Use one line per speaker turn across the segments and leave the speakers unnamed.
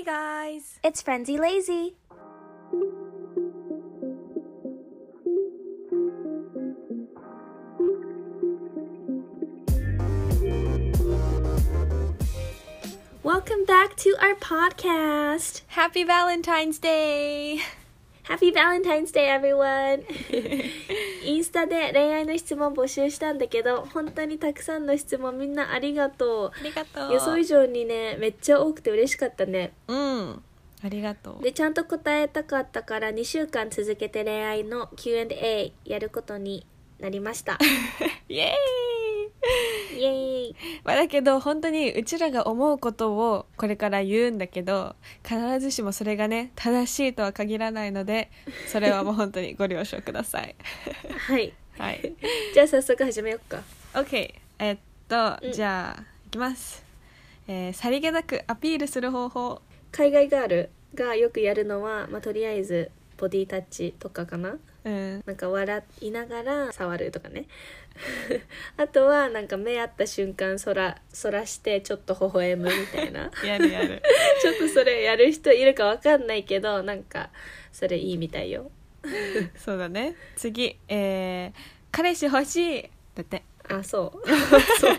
guys!
It's Frenzy Lazy!
Welcome back to our podcast! Happy Valentine's Day!
Happy Valentine's Day, everyone! インスタで恋愛の質問募集したんだけど、本当にたくさんの質問みんなありがと
ありがと
う。
う
予想以上にね、めっちゃ多くて嬉しかったね。
うん。ありがとう。
で、ちゃんと答えたかったから2週間続けて恋愛の Q&A やることになりま した。
イエ
イエーイ
ーイまあだけど本当にうちらが思うことをこれから言うんだけど必ずしもそれがね正しいとは限らないのでそれはもう本当にご了承くだ さい。
はい。
はい、
じゃあ早速始めよっか。
OK えっと、
うん
じゃあいきます、えーさりげなくアピールする方法
海外ガールがよくやるのは、まあ、とりあえずボディタッチとかかな
うん
なんか笑いながら触るとかね あとはなんか目合った瞬間そらそらしてちょっと微笑むみたい な
やるやる
ちょっとそれやる人いるかわかんないけどなんかそれいいみたいよ
そうだね次えー彼氏欲しいだって
あそう そう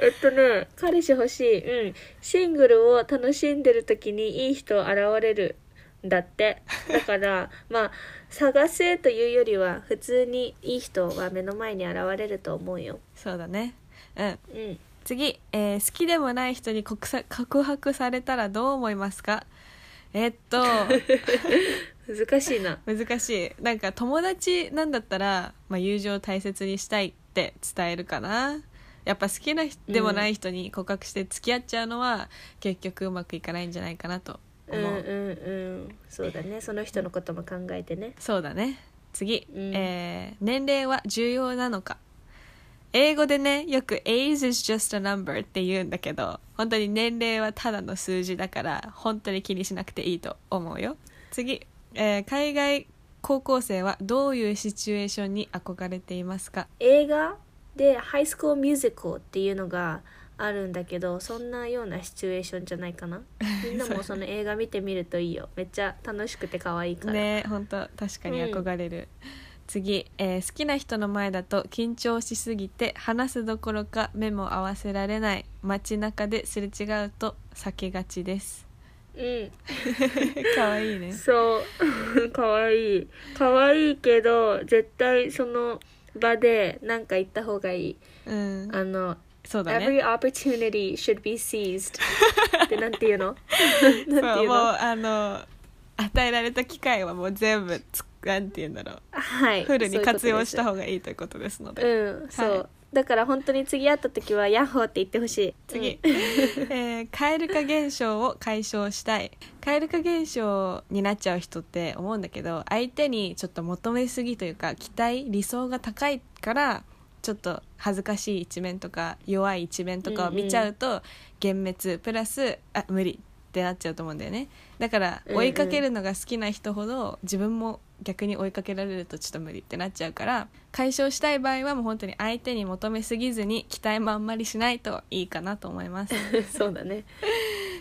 えっとね彼氏欲しいうんシングルを楽しんでる時にいい人現れるんだってだから まあ探せというよりは普通にいい人は目の前に現れると思うよ
そうだねうん
うん
次、えー好きでもない人に告さ告白されたらどう思いますかえっ と
難しいな
難しいなんか友達なんだったら、まあ、友情を大切にしたいって伝えるかなやっぱ好きな人でもない人に告白して付き合っちゃうのは結局うまくいかないんじゃないかなと
う
思
ん
う、
うんうんそうだねその人のことも考えてね
そうだね次、
うん
えー年齢は重要なのか英語でねよく「age is just a number」って言うんだけど本当に年齢はただの数字だから本当に気にしなくていいと思うよ次、えー海外高校生はどういうシチュエーションに憧れていますか
映画で「ハイスクールミュージカル」っていうのがあるんだけどそんなようなシチュエーションじゃないかなみ んなもその映画見てみるといいよめっちゃ楽しくて可愛いから、
ね本当確かに憧れる、次、えー好きな人の前だと緊張しすぎて話すどころか目も合わせられない街中ですれ違うと避けがちです
う
可愛いね
んそう 可愛い可愛いけど絶対その場で何か言った方がいい
うん
あの
そうだね
Every opportunity should be seized ってなんていうのなんて
そ
いうう
もう
の
あの与えられた機会はもう全部つなんて言うんだろう
はい
フルに活用した
方
方がいいということですので
うんそう、
はい
だから本当に次会った時はヤッホーって言ってほしい
次、 えー蛙化現象を解消したい蛙化現象になっちゃう人って思うんだけど相手にちょっと求めすぎというか期待理想が高いからちょっと恥ずかしい一面とか弱い一面とかを見ちゃうと、幻滅プラスあ無理ってなっちゃうと思うんだよねだから
うんうん
追いかけるのが好きな人ほど自分も逆に追いかけられるとちょっと無理ってなっちゃうから解消したい場合はもう本当に相手に求めすぎずに期待もあんまりしないといいかなと思います
うん そうだね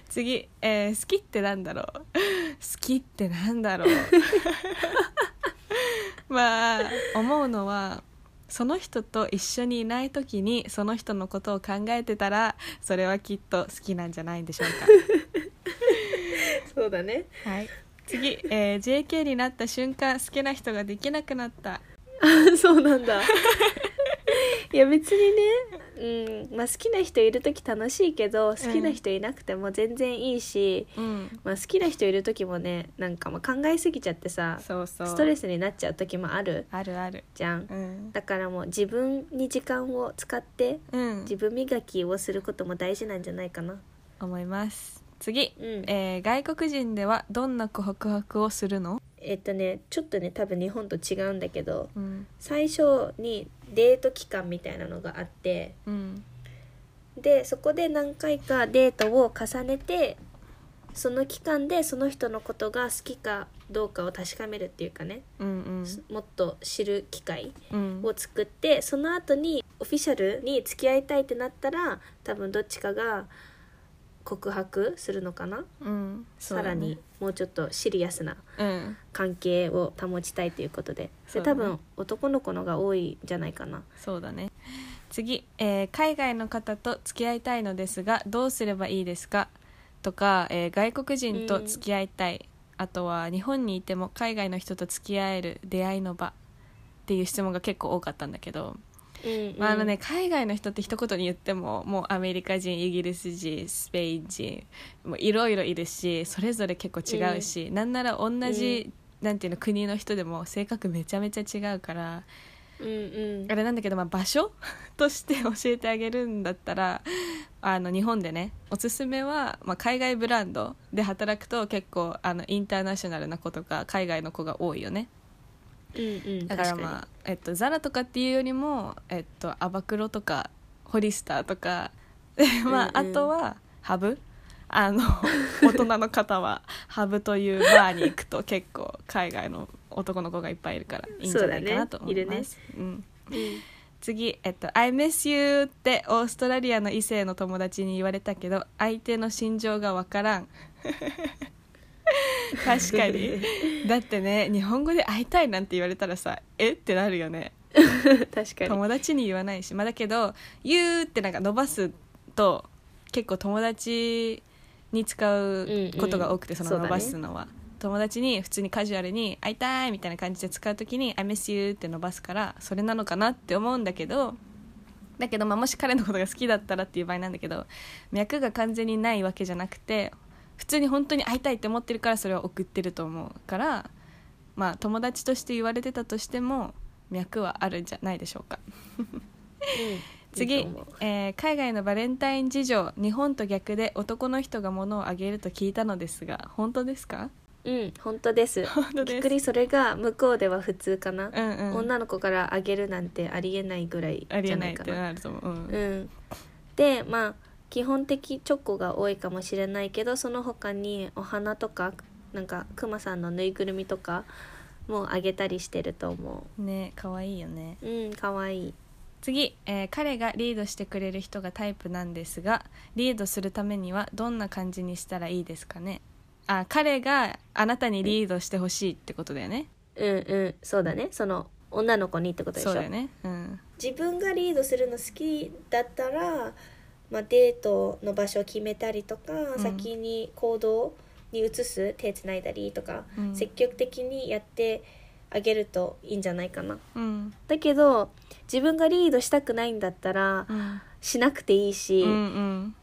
次、えー好きってなんだろう 好きってなんだろうまあ思うのはその人と一緒にいない時にその人のことを考えてたらそれはきっと好きなんじゃないでしょうか
そうだね
はい、次、えー JK になった瞬間好きな人ができなくなった
あ そうなんだ いや別にね、うんまあ、好きな人いる時楽しいけど好きな人いなくても全然いいし、
うん
まあ、好きな人いる時もねなんかまあ考えすぎちゃってさ
そうそう
ストレスになっちゃう時もある
あるある
じゃん
うん、
だからもう自分に時間を使って
うん、
自分磨きをすることも大事なんじゃないかな
思います次、
うん
えー外国人ではどんな告白をするの、
えっとねちょっとね多分日本と違うんだけど
うん
最初にデート期間みたいなのがあって
うん、
でそこで何回かデートを重ねてその期間でその人のことが好きかどうかを確かめるっていうかね、
うんうん
もっと知る機会
うん
を作ってその後にオフィシャルに付き合いたいってなったら多分どっちかが告白するのかな、
うんそう
さ
だね
らにもうちょっとシリアスな
うん
関係を保ちたいということで
そ
で
うだ
多
ね
分男の子のが多いんじゃないかな
そうだね次、えー海外の方と付き合いたいのですがどうすればいいですか?」とか、えー外国人と付き合いたい」あとは「日本にいても海外の人と付き合える出会いの場」っていう質問が結構多かったんだけど、
うん
まあ、あのね海外の人って一言に言ってももうアメリカ人イギリス人スペイン人もういろいろいるしそれぞれ結構違うし、なんなら同じ、なんていうの国の人でも性格めちゃめちゃ違うから。
うんうん
あれなんだけど、まあ、場所 として教えてあげるんだったらあの日本でねおすすめは、まあ、海外ブランドで働くと結構あのインターナショナルな子とか海外の子が多いよね
うんうん
だから
確
ま
か
あ、えっと、ザラとかっていうよりも、えっと、アバクロとかホリスターとか、 でまあ、
うんうん
あとはハブあの 大人の方はハブというバーに行くと結構海外の男の子がいっぱいいるからいいんじゃないかなと思います。うん
に
次、えっと「I miss you」ってオーストラリアの異性の友達に言われたけど相手の心情がわからん 確かにだってね日本語で「会いたい」なんて言われたらさ「えっ?」てなるよね
うん確かに
友達に言わないしまあだけど「言う」ってなんか伸ばすと結構友達に使うことが多くて、
うんうん
その伸ばすのは、友達に普通にカジュアルに「会いたい」みたいな感じで使う時に「I miss you」って伸ばすからそれなのかなって思うんだけどだけど、まあ、もし彼のことが好きだったらっていう場合なんだけど脈が完全にないわけじゃなくて普通に本当に会いたいって思ってるからそれは送ってると思うからまあ友達として言われてたとしても脈はあるんじゃないでしょうか。次
いいと思う
えー海外のバレンタイン事情日本と逆で男の人が物をあげると聞いたのですが本当ですか
うん本当です
本当
ぎ
です
っくりそれが向こうでは普通かな、
うんうん
女の子からあげるなんてありえないぐらい
あり
じ
え
ゃ
な
ない
っ
いか
て
な
なると思う、うん
うん、でまあ基本的チョコが多いかもしれないけどその他にお花とかなんかクマさんのぬいぐるみとかもあげたりしてると思
ね可愛いよね
ううんかわいい
次、えー彼がリードしてくれる人がタイプなんですがリードするためにはどんな感じにしたらいいですかねあ彼があなたにリードしてほしいってことだよね
うんうんそうだねその女の子にってことでし
そ
ょ
うだよねうん
自分がリードするの好きだったら、まあ、デートの場所を決めたりとか、
ん
先に行動に移す手つないだりとか、
うん
積極的にやってあげるといいんじゃないかな。
うん
だけど自分がリードしたくないんだったら
うん
しなくていいし、
うんうん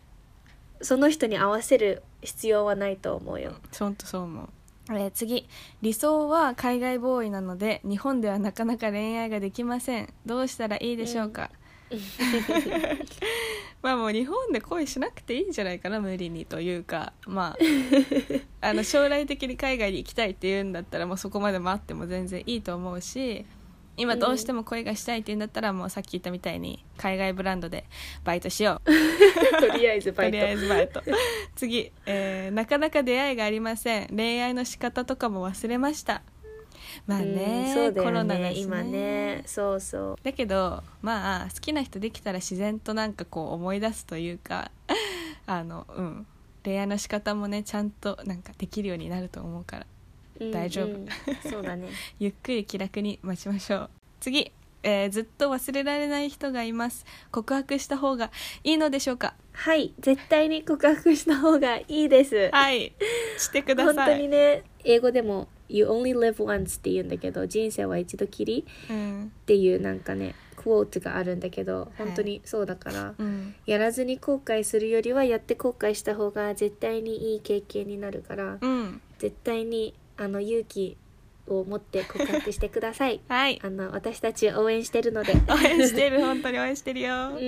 その人に合わせる必要はないと思うよ。
ほんとそう思う、えー次理想は海外ボーイなので日本ではなかなか恋愛ができませんどうしたらいいでしょう か、まあもう日本で恋しなくていいんじゃないかな無理にというかま ああの将来的に海外に行きたいっていうんだったらもうそこまで待っても全然いいと思うし今どうしても恋がしたいっていうんだったらもうさっき言ったみたいに海外ブランドでバイトしよう
とりあえずバ
と
イト
りあえずバイト 次、えーなかなか出会いがありません恋愛の仕方とかも忘れましたまあね,、
うんそうだ
コロ
よ
ナだ
ね
し
今ねそうそう
だけどまあ好きな人できたら自然となんかこう思い出すというか あのうん恋愛の仕方もねちゃんとなんかできるようになると思うから
うん
大丈夫
うんそうだね
ゆっくり気楽に待ちましょう次、えーずっと忘れられない人がいます告白した方がいいのでしょうか
はい絶対に告白した方がいいです
はいしてくだ
本
さ
当
い
にね英語でも「You only live once」って言うんだけど人生は一度きり
うん
っていうなんかねクォーツがあるんだけど本当にそうだから、
うん
やらずに後悔するよりはやって後悔した方が絶対にいい経験になるから
うん
絶対にあの勇気を持って告白してください
はい
あの私たち応援してるので、
応援してる本当に応援してるよ
うん、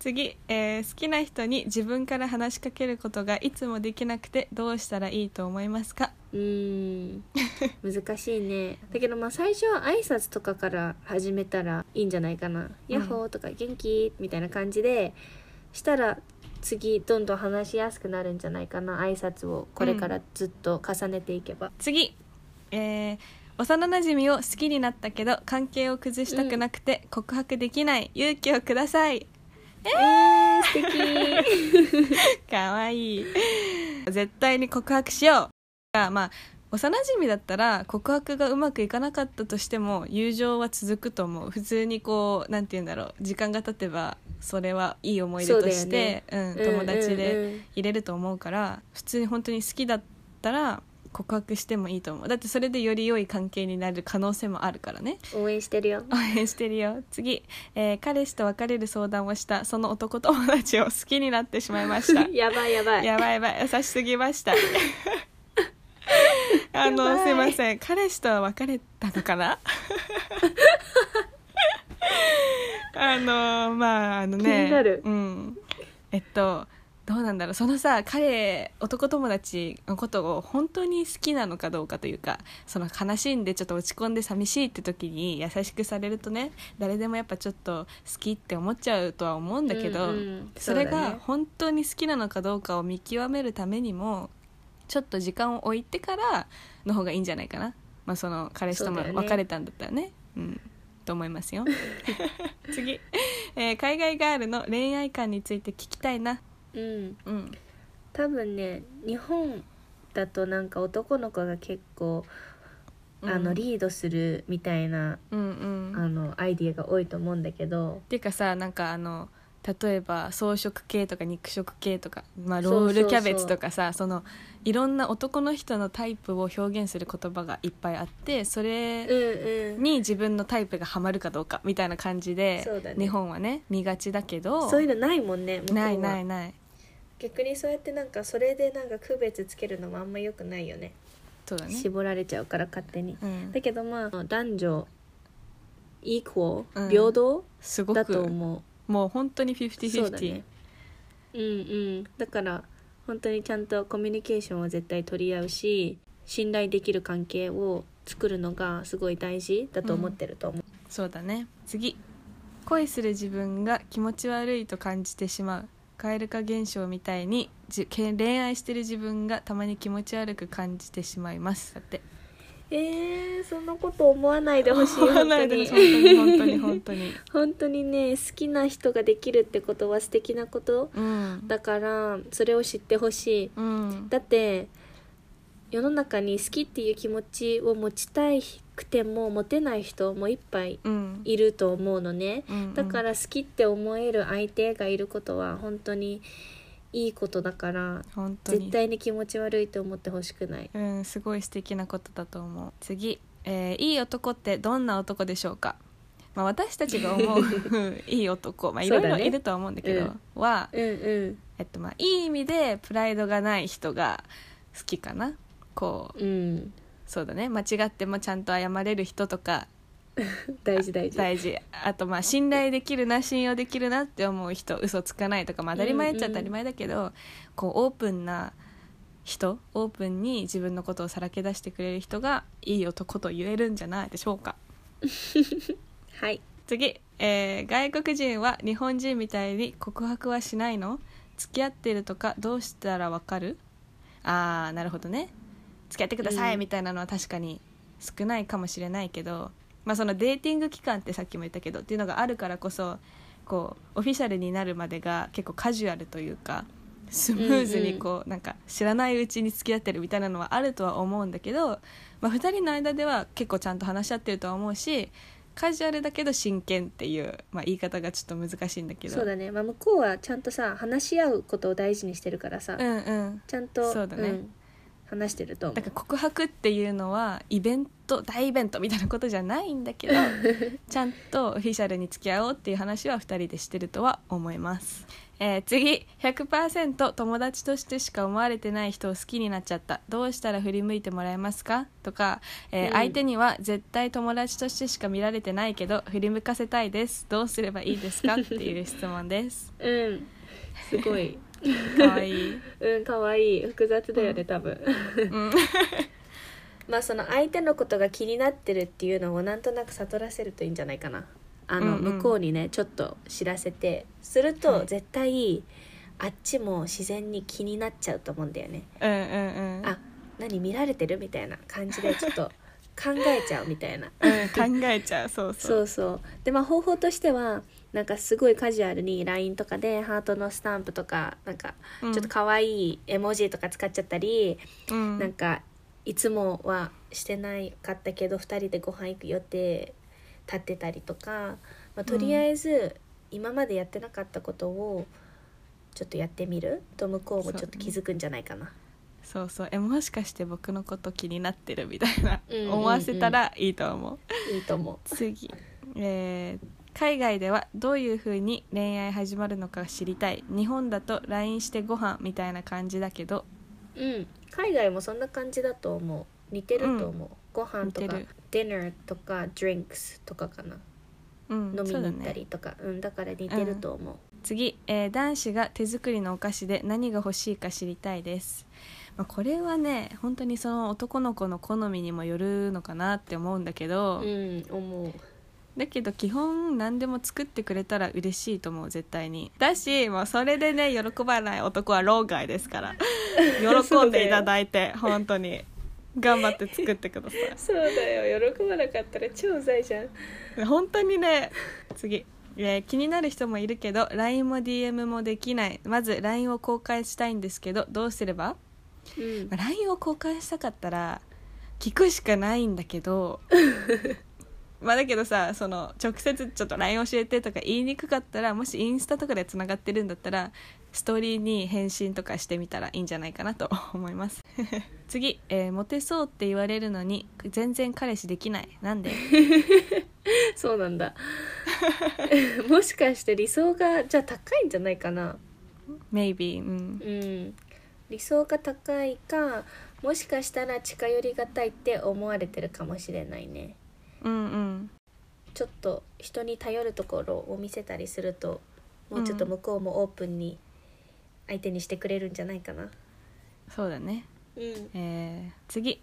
次、えー好きな人に自分から話しかけることがいつもできなくてどうしたらいいと思いますか
うーん難しいねだけどまあ最初は挨拶とかから始めたらいいんじゃないかな「ヤッホー」とか「元気?」みたいな感じでしたら次どんどん話しやすくなるんじゃないかな挨拶をこれからずっと重ねていけば、
次、えー幼なじみを好きになったけど関係を崩したくなくて告白できない勇気をください
えー、素敵
かわいい絶対に告白しようがまあ幼馴染だったら告白がうまくいかなかったとしても友情は続くと思う普通にこうなんて言うんだろう時間が経てばそれはいい思い出としてう、ん、 友達
うん
で
うんうん
入れると思うから、普通に本当に好きだったら告白してもいいと思うだってそれでより良い関係になる可能性もあるからね
応援してるよ
応援してるよ次、えー彼氏と別れる相談をしたその男友達を好きになってしまいました
やばいやばい
やばいやばい優しすぎま したあ
やば
の
い
すいません彼氏とは別れたのかな あのまああのね
気になる
うん、えっとどうなんだろうそのさ彼男友達のことを本当に好きなのかどうかというかその悲しんでちょっと落ち込んで寂しいって時に優しくされるとね誰でもやっぱちょっと好きって思っちゃうとは思うんだけど、
うんうん
それ
そうだ
が
ね
本当に好きなのかどうかを見極めるためにもちょっと時間を置いてからの方がいいんじゃないかな、まあ、その彼氏とも
そうだよね
別れたんだったらねうん、と思います よ次、えー海外ガールの恋愛観について聞きたいな
うん
うん
多分ね日本だとなんか男の子が結構、あ
う
の
ん
リードするみたいな、
うんうん
あのアイディアが多いと思うんだけど
っていうかさなんかあの例えば草食系とか肉食系とか、まあ、
そうそ
ロ
うそう
ールキャベツとかさそのいろんな男の人のタイプを表現する言葉がいっぱいあってそれ
うんうん
に自分のタイプがハマるかどうかみたいな感じで、
そうだね
日本はね見がちだけど
そういうのないもんね向こうは
ないないない
逆にそうやってなんかそれでなんか区別つけるのもあんま良くないよね
そうだね、
絞られちゃうから勝手に、
うん
だ、けどまあ男女イコール、
うん
平等
すご
だと
く
思う
もう本当にフィフティフ
そ
ィ
う
フ
だ
ティ
ねうんうんだから本当にちゃんとコミュニケーションは絶対取り合うし信頼できる関係を作るのがすごい大事だと思ってると思う、
そうだね次恋する自分が気持ち悪いと感じてしまう蛙化現象みたいにじけ恋愛してる自分がたまに気持ち悪く感じてしまいますだって
えー、そんなこと思わないでほしい
思わ
本
な
当
いで
に
本当に本当に本当に
本当にね好きな人ができるってことは素敵なこと
うん
だからそれを知ってほしい
うん
だって世の中に好きっていう気持ちを持ちたいくても持てない人もいっぱい
うん
いると思うのね、
うん
だから好きって思える相手がいることは本当にいいことだから
本当に
絶対に気持ち悪いと思ってほしくない
うん、すごい素敵なことだと思う次、えーいい男ってどんな男でしょうか、まあ、私たちが 思ういい男、まあ、いろい
そう
ろ
だね
いるとは思うんだけど
うん
は、
うんうん
えっとまあ、いい意味でプライドがない人が好きかなこう
うん
そうだね間違ってもちゃんと謝れる人とか
大事大事
大事あとまあ信頼できるな信用できるなって思う人嘘つかないとか、まあ、当たり前っちゃ
うん
当
うん
たり前だけど、こうオープンな人オープンに自分のことをさらけ出してくれる人がいい男と言えるんじゃないでしょうか
はい
次、えー外国人は日本人みたいに告白はしないの付き合ってるとかどうしたらわかるあーなるほどね付き合ってください
うん
みたいなのは確かに少ないかもしれないけど、まあ、そのデーティング期間ってさっきも言ったけどっていうのがあるからこそこうオフィシャルになるまでが結構カジュアルというかスムーズにこう、なんか知らないうちに付き合ってるみたいなのはあるとは思うんだけど、まあ、2人の間では結構ちゃんと話し合ってるとは思うしカジュアルだけど真剣っていう、まあ、言い方がちょっと難しいんだけど
そうだね、まあ、向こうはちゃんとさ話し合うことを大事にしてるからさ、
うんうん
ちゃんと
そうだね
ん話してると思
だから告白っていうのはイベント大イベントみたいなことじゃないんだ けどちゃんとオフィシャルに付き合おうっていう話は2人でしてるとは思います、えー次100%友達としてしか思われてない人を好きになっちゃったどうしたら振り向いてもらえますかとか、えー
うん
相手には絶対友達としてしか見られてないけど振り向かせたいですどうすればいいです かっていう質問です
ううんすごい
かわいい、
うんかわいい複雑だよね多 分
うん、
まあその相手のことが気になってるっていうのをなんとなく悟らせるといいんじゃないかなあの、
うんうん
向こうにねちょっと知らせてすると
はい
絶対あっちも自然に気になっちゃうと思うんだよね、
うんうんうん
あ何見られてるみたいな感じでちょっと考えちゃうみたいな
うん考えちゃうそうそう
そうそうでまあ方法としてはなんかすごいカジュアルに LINE とかでハートのスタンプとかなんかちょっと可愛い絵文字とか使っちゃったり、
うん
なんかいつもはしてないかったけど2人でご飯行く予定立ってたりとか、まあ、とりあえず今までやってなかったことをちょっとやってみると向こうもちょっと気づくんじゃないかな。
そうそうえもしかして僕のこと気になってるみたいな、
うんうんうん
思わせたらいいと思う
いいと思
次、えー海外ではどういう風に恋愛始まるのか知りたい日本だと LINE してご飯みたいな感じだけど
う、うん、海外もそんな感じだと思う似てると思う、ご飯と
似
か
てる
dinner とか drinks とかかな
うん
飲み
そう
に
だ
行った
ね
りとかう、ん、だから似てると思う、
次、えー男子が手作りのお菓子で何が欲しいか知りたいです、まあ、これはね本当にその男の子の好みにもよるのかなって思うんだけど、
うん、思う
だけど基本何でも作ってくれたら嬉しいと思う絶対にだしもうそれでね喜ばない男は論外ですから喜んでいただいて本当に頑張って作ってくださ
そうだよ喜ばなかったら超うざいじゃん
い本当にね次、えー気になる人もいるけど LINE も DM もできないまず LINE を公開したいんですけどどうすれば
う ん
まあ LINE を交換したかったら聞くしかないんだけどまあだけどさその直接ちょっと LINE 教えてとか言いにくかったらもしインスタとかでつながってるんだったらストーリーに返信とかしてみたらいいんじゃないかなと 思います次、えーモテそうって言われるのに全然彼氏できないなんで
そうなんだ もしかして理想がじゃあ高いんじゃないかな
maybe うん
うん理想が高いかもしかしたら近寄りがたいって思われてるかもしれないね
うんうん
ちょっと人に頼るところを見せたりするともうちょっと向こうもオープンに相手にしてくれるんじゃないかな
そうだね
うん
えー次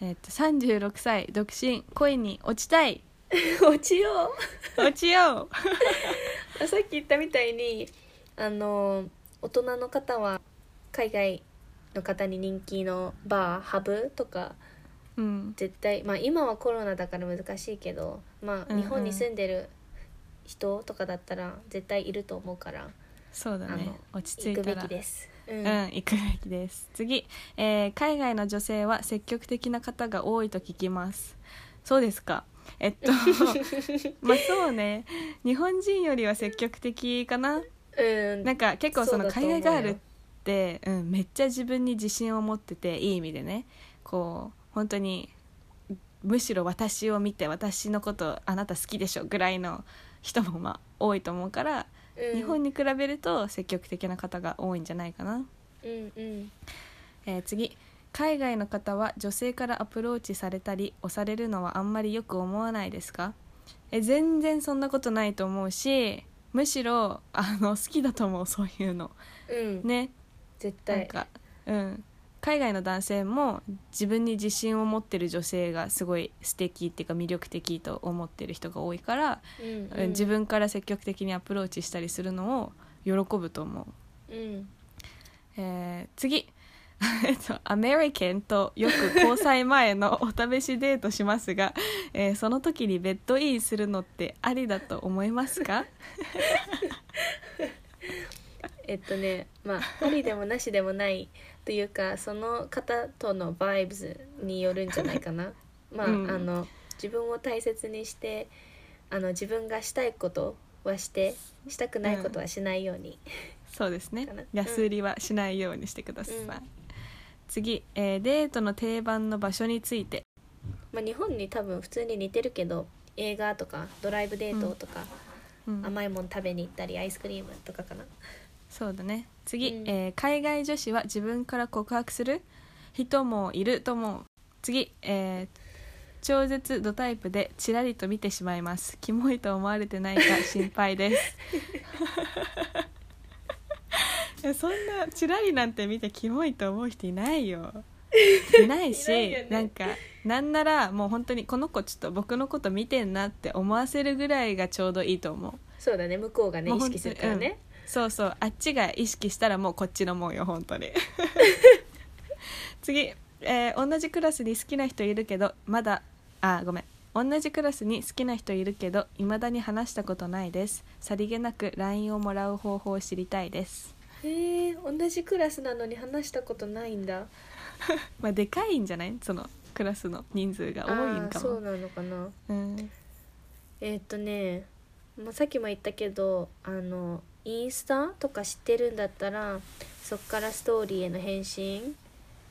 えーっと36歳独身恋に落ちたい
落ちよ
落ちよ
う さっき言ったみたいにあの大人の方は海外の方に人気のバーハブとか
う うん
絶対まあ今はコロナだから難しいけどま
う
あ
んうん
日本に住んでる人とかだったら絶対いると思うから、
そうだ
あ
ね
の
落ち着
行
い
く
た
べ
ら
きです、う
うんん、行くべきです次、えー海外の女性は積極的な方が多いと聞きますそうですかえっ とまあそうね日本人よりは積極的かな
うん
なんか結構その
そうだと
海
思う
外
よ
ガールってう、ん、めっちゃ自分に自信を持ってていい意味でねこう本当にむしろ私を見て私のことあなた好きでしょぐらいの人もまあ多いと思うから
うん
日本に比べると積極的な方が多いんじゃないかな、
うんうん
えー次海外の方は女性からアプローチされたり押されるのはあんまりよく思わないですかえ全然そんなことないと思うしむしろあの好きだと思うそういうの
うん、
ね
絶
なん
対
か、うん、海外の男性も自分に自信を持ってる女性がすごい素敵っていうか魅力的と思ってる人が多いから、
うん
うん自、分から積極的にアプローチしたりするのを喜ぶと思う
うん、
えー次 えっとアメリカンとよく交際前のお試しデートしますが、えーその時にベッドインするのってありだと思います か
えっとねまあありでもなしでもないというかその方とのバイブスによるんじゃない かなまあ、
うん
あの自分を大切にしてあの自分がしたいことはしてしたくないことはしないように、
そうですね
かなうん
安売りはしないようにしてください、
うん
次、えーデートの定番の場所について
まあ、日本に多分普通に似てるけど映画とかドライブデートとか、
うん
甘いもの食べに行ったりアイスクリームとかかな
そうだね次、
うん
えー海外女子は自分から告白する人もいると思う次、えー超絶ドタイプでチラリと見てしまいますキモいと思われてないか心配です いやそんなチラリなんて見てキモいと思う人いないよいないし
いないよね
なんかなんならもう本当にこの子ちょっと僕のこと見てんなって思わせるぐらいがちょうどいいと思う
そうだね向こうがね
もう
意
本当
識するからね、
そうそうあっちが意識したらもうこっちのもんよ本当に 次、えー同じクラスに好きな人いるけどまだあごめん同じクラスに好きな人いるけど未だに話したことないですさりげなく LINE をもらう方法を知りたいです
へえ同じクラスなのに話したことないんだ
まあでかいんじゃないそのクラスの人数が多いん
あー
か
そう
も
なのかな
うん
えーっとね、まあ、さっきも言ったけどあのインスタとか知ってるんだったらそっからストーリーへの返信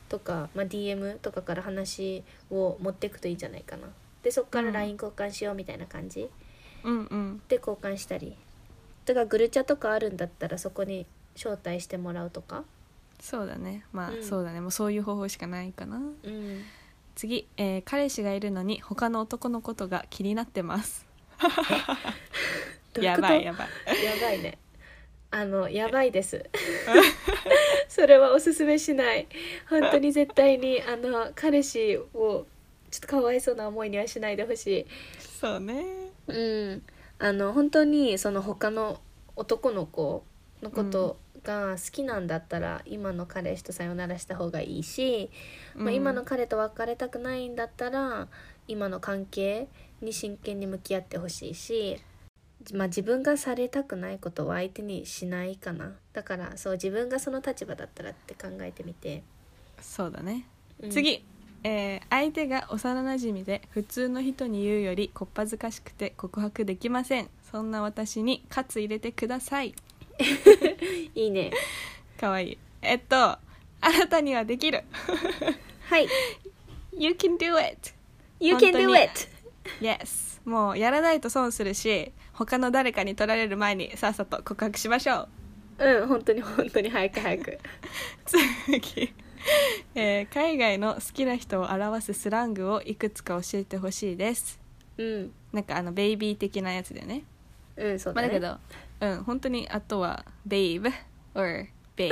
とか、まあ、DM とかから話を持ってくといいんじゃないかなでそっか
う
ら
ん
LINE 交換しようみたいな感じ、
うんうん
で交換したりだからグルチャとかあるんだったらそこに招待してもらうとか
そうだねまあ、
うん
そうだねもうそういう方法しかないかな
うん
次、えー彼氏がいるのに他の男のことが気になってます
どうう
や
こと
ばいやばい
やばいね。あの、やばいです。 それはおすすめしない。本当に絶対に、あの、彼氏を。ちょっとかわいそうな思いにはしないでほし
そうね
い。うん。あの、本当に、その他の男の子のこと。が好きなんだったら今の彼氏とさよならした方がいいし、まあ、今の彼と別れたくないんだったら今の関係に真剣に向き合ってほしいし、まあ、自分がされたくないことは相手にしないかなだからそう自分がその立場だったらって考えてみて、
そうだね
うん
次、えー相手が幼なじみで普通の人に言うよりこっぱずかしくて告白できませんそんな私に「喝入れてください
いいね」
かわいいえっと「あなたにはできる
はい
You can do it
You can
本
do
当に
it
yes もうやらないと損するし他の誰かに取られる前にさっさと告白しましょう
うん本当に本当に早く早く
次、えー海外の好きな人を表すスラングをいくつか教えてほしいです
うん
なんかあのベイビー的なやつだよね
うんそう
ま
だ
あだ
ね、
けど、うん、本当にあとは「babe」or「babe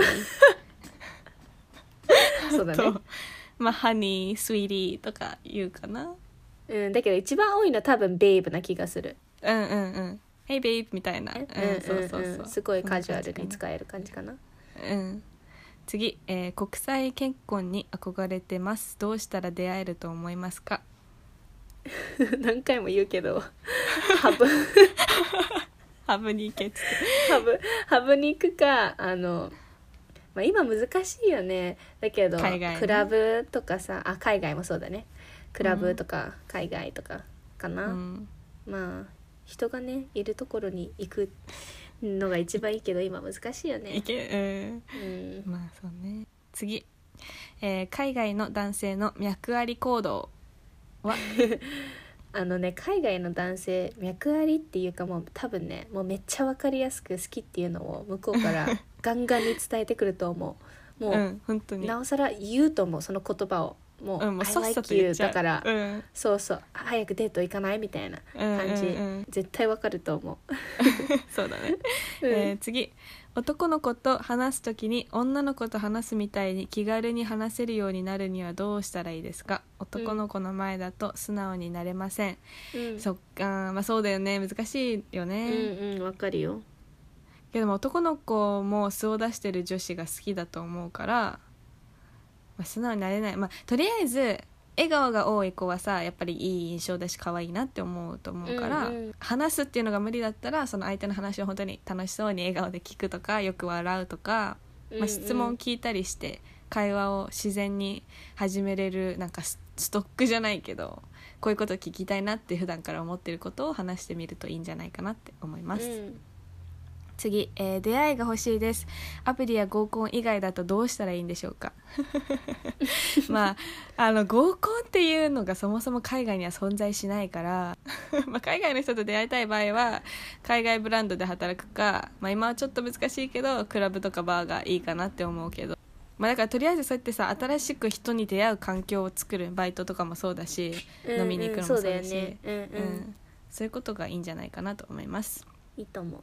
そう」だね
と「まあ honey」「sweetie」とか言うかな
うん、だけど一番多いのは多分ベイブな気がする、
うんうんうん「hey babe」みたいな、うんそうそう
うん
そううん
すごいカジュアルに
う
使える感じかな
うん次、えー国際結婚に憧れてますどうしたら出会えると思いますか
何回も言うけどハブ
ハブに行けっつって
ハブハブに行くかあの、まあ、今難しいよねだけど
海外ね
クラブとかさあ海外もそうだねクラブとか海外とかかな、
うん
まあ人がねいるところに行くのが一番いいけど今難しいよ
行
ね、
けうん
うん、
まあそうね次、えー海外の男性の脈あり行動は
あのね海外の男性脈ありっていうかもう多分ねもうめっちゃ分かりやすく好きっていうのを向こうから ガンガンに伝えてくると思うもう、
うん本当に
なおさら言うと思うその言葉をもう,、
うん、もう
I
さっさ
like
と言っ
you
ちゃう
だから、
うん
そうそう早くデート行かないみたいな感じ、
うんうんうん
絶対わかると思
そうだね、
う、
えー次男の子と話す時に女の子と話すみたいに気軽に話せるようになるにはどうしたらいいですか男の子の前だと素直になれません、
うん
そっかまあそうだよね難しいよ
う
ね、
んうんわかるよ
けども男の子も素を出してる女子が好きだと思うから、まあ、素直になれない、まあ、とりあえず笑顔が多い子はさやっぱりいい印象だし可愛いなって思うと思うから、
うんうん
話すっていうのが無理だったらその相手の話を本当に楽しそうに笑顔で聞くとかよく笑うとか、
うん
まあ、
うん
質問聞いたりして会話を自然に始めれるなんかスストックじゃないけどこういうこと聞きたいなって普段から思ってることを話してみるといいんじゃないかなって思います。
うん
次、えー出会いが欲しいですアプリや合コン以外だとどうしたらいいんでしょうか まああの合コンっていうのがそもそも海外には存在しないから まあ海外の人と出会いたい場合は海外ブランドで働くか、まあ、今はちょっと難しいけどクラブとかバーがいいかなって思うけど、まあ、だからとりあえずそうやってさ新しく人に出会う環境を作るバイトとかもそうだし
うん
飲みに行くのもそうだし、
そうだよねうんうん、
うんそういうことがいいんじゃないかなと思います。
いいと思う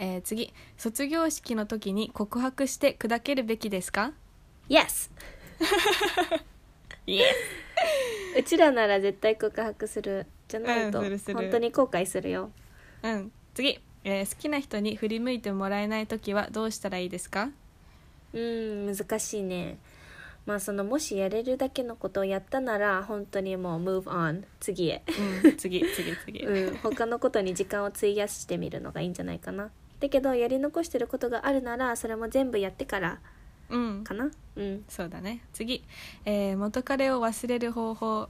えー次卒業式の時に告白して砕けるべきですか
Yes
イエ
うちらなら絶対告白するじゃないと、
うんするする
本当に後悔するよ
うん次、えー好きな人に振り向いてもらえない時はどうしたらいいですか
うん難しいねまあそのもしやれるだけのことをやったなら本当にもう move on 次へ、
うん、次次次、
うん、他のことに時間を費やしてみるのがいいんじゃないかなだけどやり残してることがあるならそれも全部やってから
うん
かなうん
そうだね次、えー元彼を忘れる方法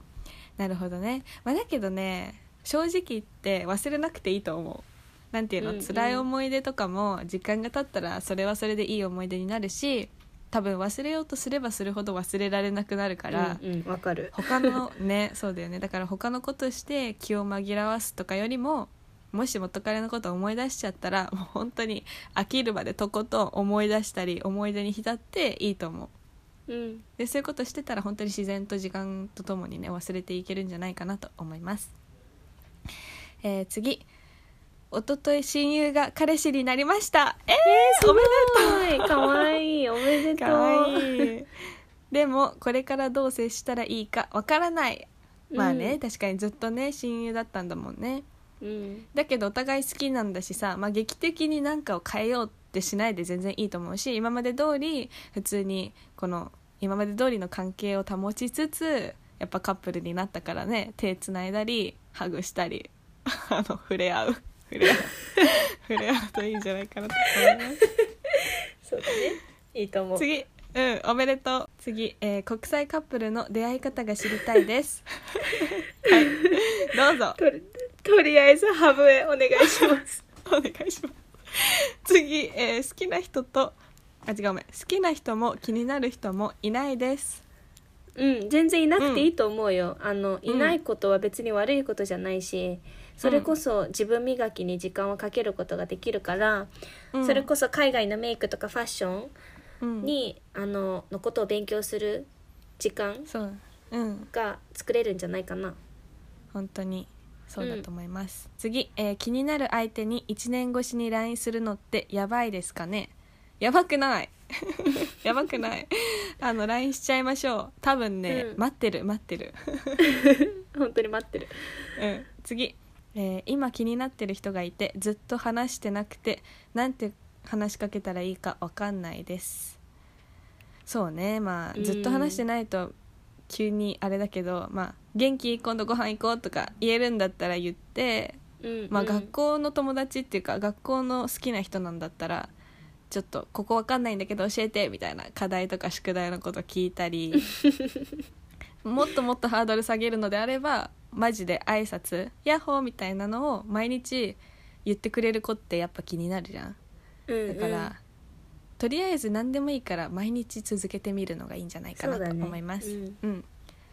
なるほどね、まあ、だけどね正直言って忘れなくていいと思うなんていうの、
うんうん
辛い思い出とかも時間が経ったらそれはそれでいい思い出になるし多分忘れようとすればするほど忘れられなくなるから、
うんうんわ、かる
他のねそうだよねだから他のことして気を紛らわすとかよりももし元彼のことを思い出しちゃったらもう本当に飽きるまでとことん思い出したり思い出に浸っていいと思う
うん
でそういうことしてたら本当に自然と時間とともにね忘れていけるんじゃないかなと思います、えー、次おととい親友が彼氏になりましたえー、おめ
はいかわいいおめで
で
と
とう
う
かわいい でもこれからどう接したらいいかわからないまあね、
うん
確かにずっとね親友だったんだもんね
うん
だけどお互い好きなんだしさ、まあ、劇的に何かを変えようってしないで全然いいと思うし今まで通り普通にこの今まで通りの関係を保ちつつやっぱカップルになったからね手つないだりハグしたり あの触れ合う触れ合う触れ合うといいんじゃないかなと思います。
そうだねいいと思う
次うんおめでとう次、えー国際カップルの出会い方が知りたいです はいどうぞ
とりとりあえずハブへお願いします
お願いします次、えー好きな人とあ違うごめん好きな人も気になる人もいないです
うん全然いなくていいと思うよ、あのいないことは別に悪いことじゃないしそれこそ自分磨きに時間をかけることができるから、
うん
それこそ海外のメイクとかファッショ
うん
ンに、あののことを勉強する時間
そううん
が作れるんじゃないかな
本当にそうだと思います、次、えー気になる相手に1年越しに LINE するのってやばいですかねやばくない やばくないあの LINE しちゃいましょう多分ね、
うん
待ってる待ってる、
本当に待ってる
うん、次、えー今気になってる人がいてずっと話してなくてなんて話しかけたらいいかわかんないですそうねま
う
あ
ん
ずっと話してないと急にあれだけど、まあ元気今度ご飯行こうとか言えるんだったら言って
うん
まあ、
うん
学校の友達っていうか学校の好きな人なんだったらちょっとここわかんないんだけど教えてみたいな課題とか宿題のこと聞いた りもっともっとハードル下げるのであればマジで挨拶ヤッホーみたいなのを毎日言ってくれる子ってやっぱ気になるじゃん
うんう
だ
ん
から、とりあえず何でもいいから毎日続けてみるのがいいんじゃないかな
そう
と
だね
思います、
うん
うん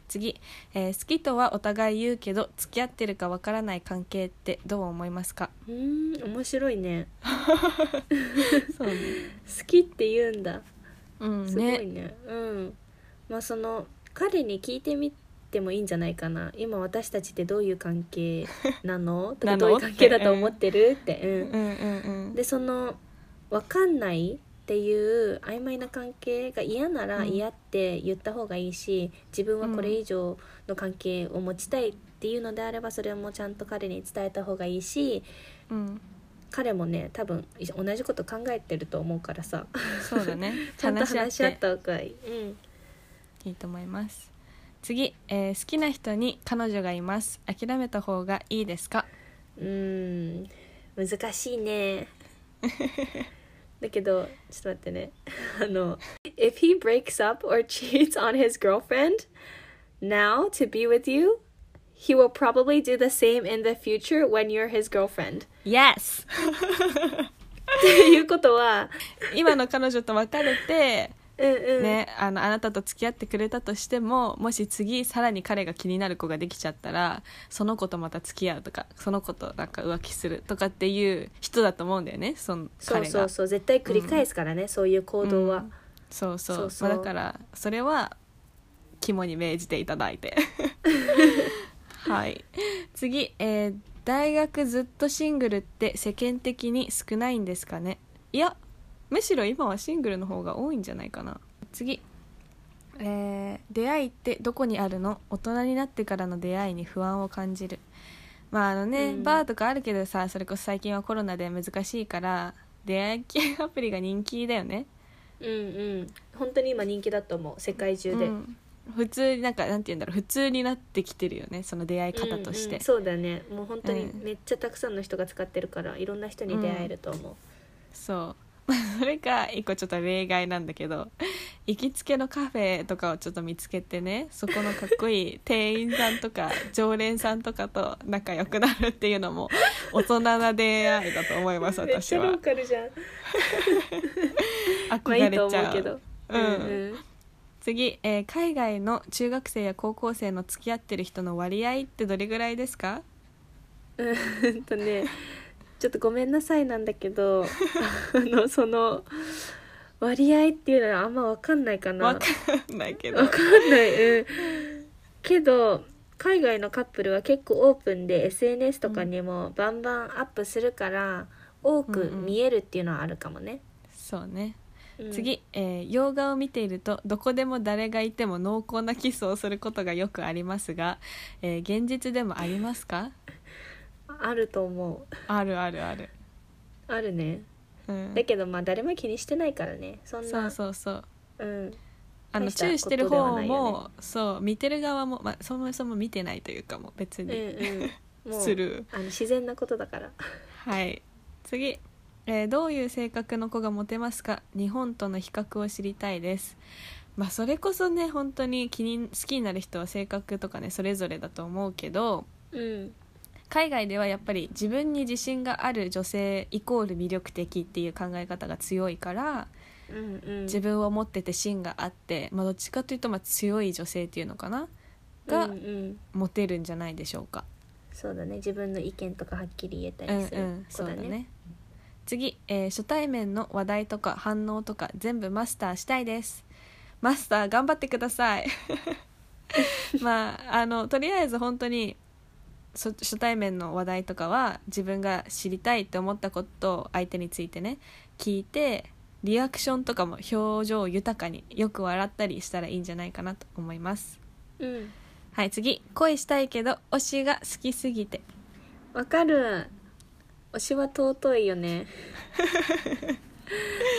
次、えー好きとはお互い言うけど付き合ってるかわからない関係ってどう思いますか
うん面白いね
そうね。
好きって言うんだ
うん、
すごいね
ね。
うんまあその彼に聞いてみてもいいんじゃないかな今私たちってどういう関係な のと
な
か
の
どういう関係だと思ってるって、う
うん
ん
うんうん。
でその分かんないっていう曖昧な関係が嫌な
う
ら
ん
嫌って言った方がいいし自分はこれ以上の関係を持ちたいっていうのであればそれもちゃんと彼に伝えた方がいいし
うん、
彼もね多分い同じこと考えてると思うからさ
そうだね。
ちゃんと
話し合っ
話し合ってた方がいい。うん
いいと思います。次、えー好きな人に彼女がいます。諦めた方がいいですか？
うーん難しい ねだけどちょっと待ってね あの「If he breaks up or cheats on his girlfriend now to be with you he will probably do the same in the future when you're his girlfriend
Yes 。」
っていうことは
今の彼女と別れて。
うんうん、
ね、あのあなたと付き合ってくれたとしてももし次さらに彼が気になる子ができちゃったらその子とまた付き合うとかその子となんか浮気するとかっていう人だと思うんだよねその
そう
彼が
そうそう絶対繰り返すからね、そういう行動は、
うんそうそう
そうそう
まあ、だからそれは肝に銘じていただい てはい次、えー大学ずっとシングルって世間的に少ないんですかねいやむしろ今はシングルの方が多いんじゃないかな次えー出会いってどこにあるの大人になってからの出会いに不安を感じるまああのね、
うん
バーとかあるけどさそれこそ最近はコロナで難しいから出会い系アプリが人気だよね
うんうん本当に今人気だと思う世界中で、
うん普通になんかなんて言うんだろう普通になってきてるよねその出会い方とし
うんう
て
ん、そうだねもう本当に
うん
めっちゃたくさんの人が使ってるからいろんな人に出会えると思う、
そう それか一個ちょっと例外なんだけど 行きつけのカフェとかをちょっと見つけてねそこのかっこいい店員さんとか常連さんとかと仲良くなるっていうのも大人な出会いだと思い ます
めっち
私
ゃロ
は
ーカルじゃんまあい
憧
い
れ
と
ち
思う
ゃ
け
う
ど
うん
うん
次、えー海外の中学生や高校生の付き合ってる人の割合ってどれぐらいですか
うーんとねちょっとごめんなさいなんだ けどあのその割合っていうのはあんま分かんないかな
わかんない けど
わかんない、うん、けど海外のカップルは結構オープンで SNS とかにもバンバンアップするから多く見えるっていうのはあるかもね、
そうね
うん
次、えー洋画を見ているとどこでも誰がいても濃厚なキスをすることがよくありますが、えー現実でもありますか
あると思う
あるあるある、
あるね
うん
だ、けどまあ誰も気にしてないからねそん
そう
な
そうそう
うん
あの
大した
チューしてる
ことでは
方
ない
も、
よ
そう見てる側も、まあ、そもそも見てないというかもう別
うん
に、
うんもう
する
あの自然なことだから
はい次、えーどういう性格の子がモテますか日本との比較を知りたいですまあそれこそね本当に気に好きになる人は性格とかねそれぞれだと思うけど
うん
海外ではやっぱり自分に自信がある女性イコール魅力的っていう考え方が強いから
うんうん
自分を持ってて芯があって、まあ、どっちかというとまあ強い女性っていうのかなが
うんうん
モテるんじゃないでしょうか。
そうだね自分の意見とかはっきり言えた
うんう
りする
ん、
子
そう
だ
だ
ね
ね次、えー初対面の話題とか反応とか全部マスターしたいですマスター頑張ってください まああのとりあえず本当にそ初対面の話題とかは自分が知りたいって思ったことを相手についてね聞いてリアクションとかも表情豊かによく笑ったりしたらいいんじゃないかなと思います
うん
はい次恋したいけど推しが好きすぎて
わかる推しは尊い よね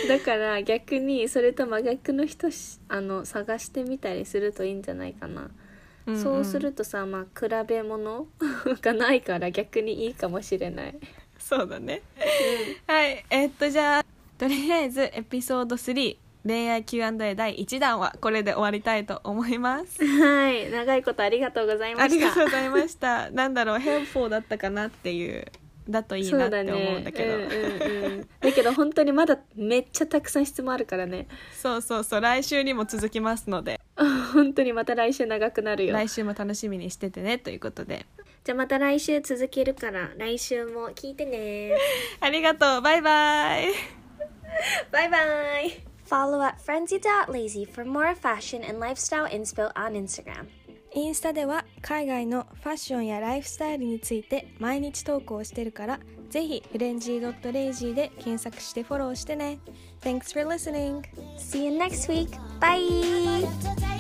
だから逆にそれと真逆の人しあの探してみたりするといいんじゃないかな、
んん
そうするとさ、まあ、比べ物 がないから逆にいいかもしれない
そうだね。はい、えっとじゃあとりあえずエピソード3恋愛 Q&A 第1弾はこれで終わりたいと思います。
はい長いことありがとうございま
あり
した
がとうございました。なんだろうヘルプフォーだったかなっていうだといいなって思うんだけど、
そうだねうんうんうんだけど本当にまだめっちゃたくさん質問あるからね
そうそうそう来週にも続きますので、
本当にまた来週長くなるよ
来週も楽しみにしててねということで、
じゃあまた来週続けるから来週も聞いてね
ありがとうバイバイ。
バイバイ
Follow at frenzy.lazy for more fashion and lifestyle inspo on Instagram.
インスタでは海外のファッションやライフスタイルについて毎日投稿してるからぜひフレンジー .lazy で検索してフォローしてね Thanks for listening!
See you next week. Bye.
today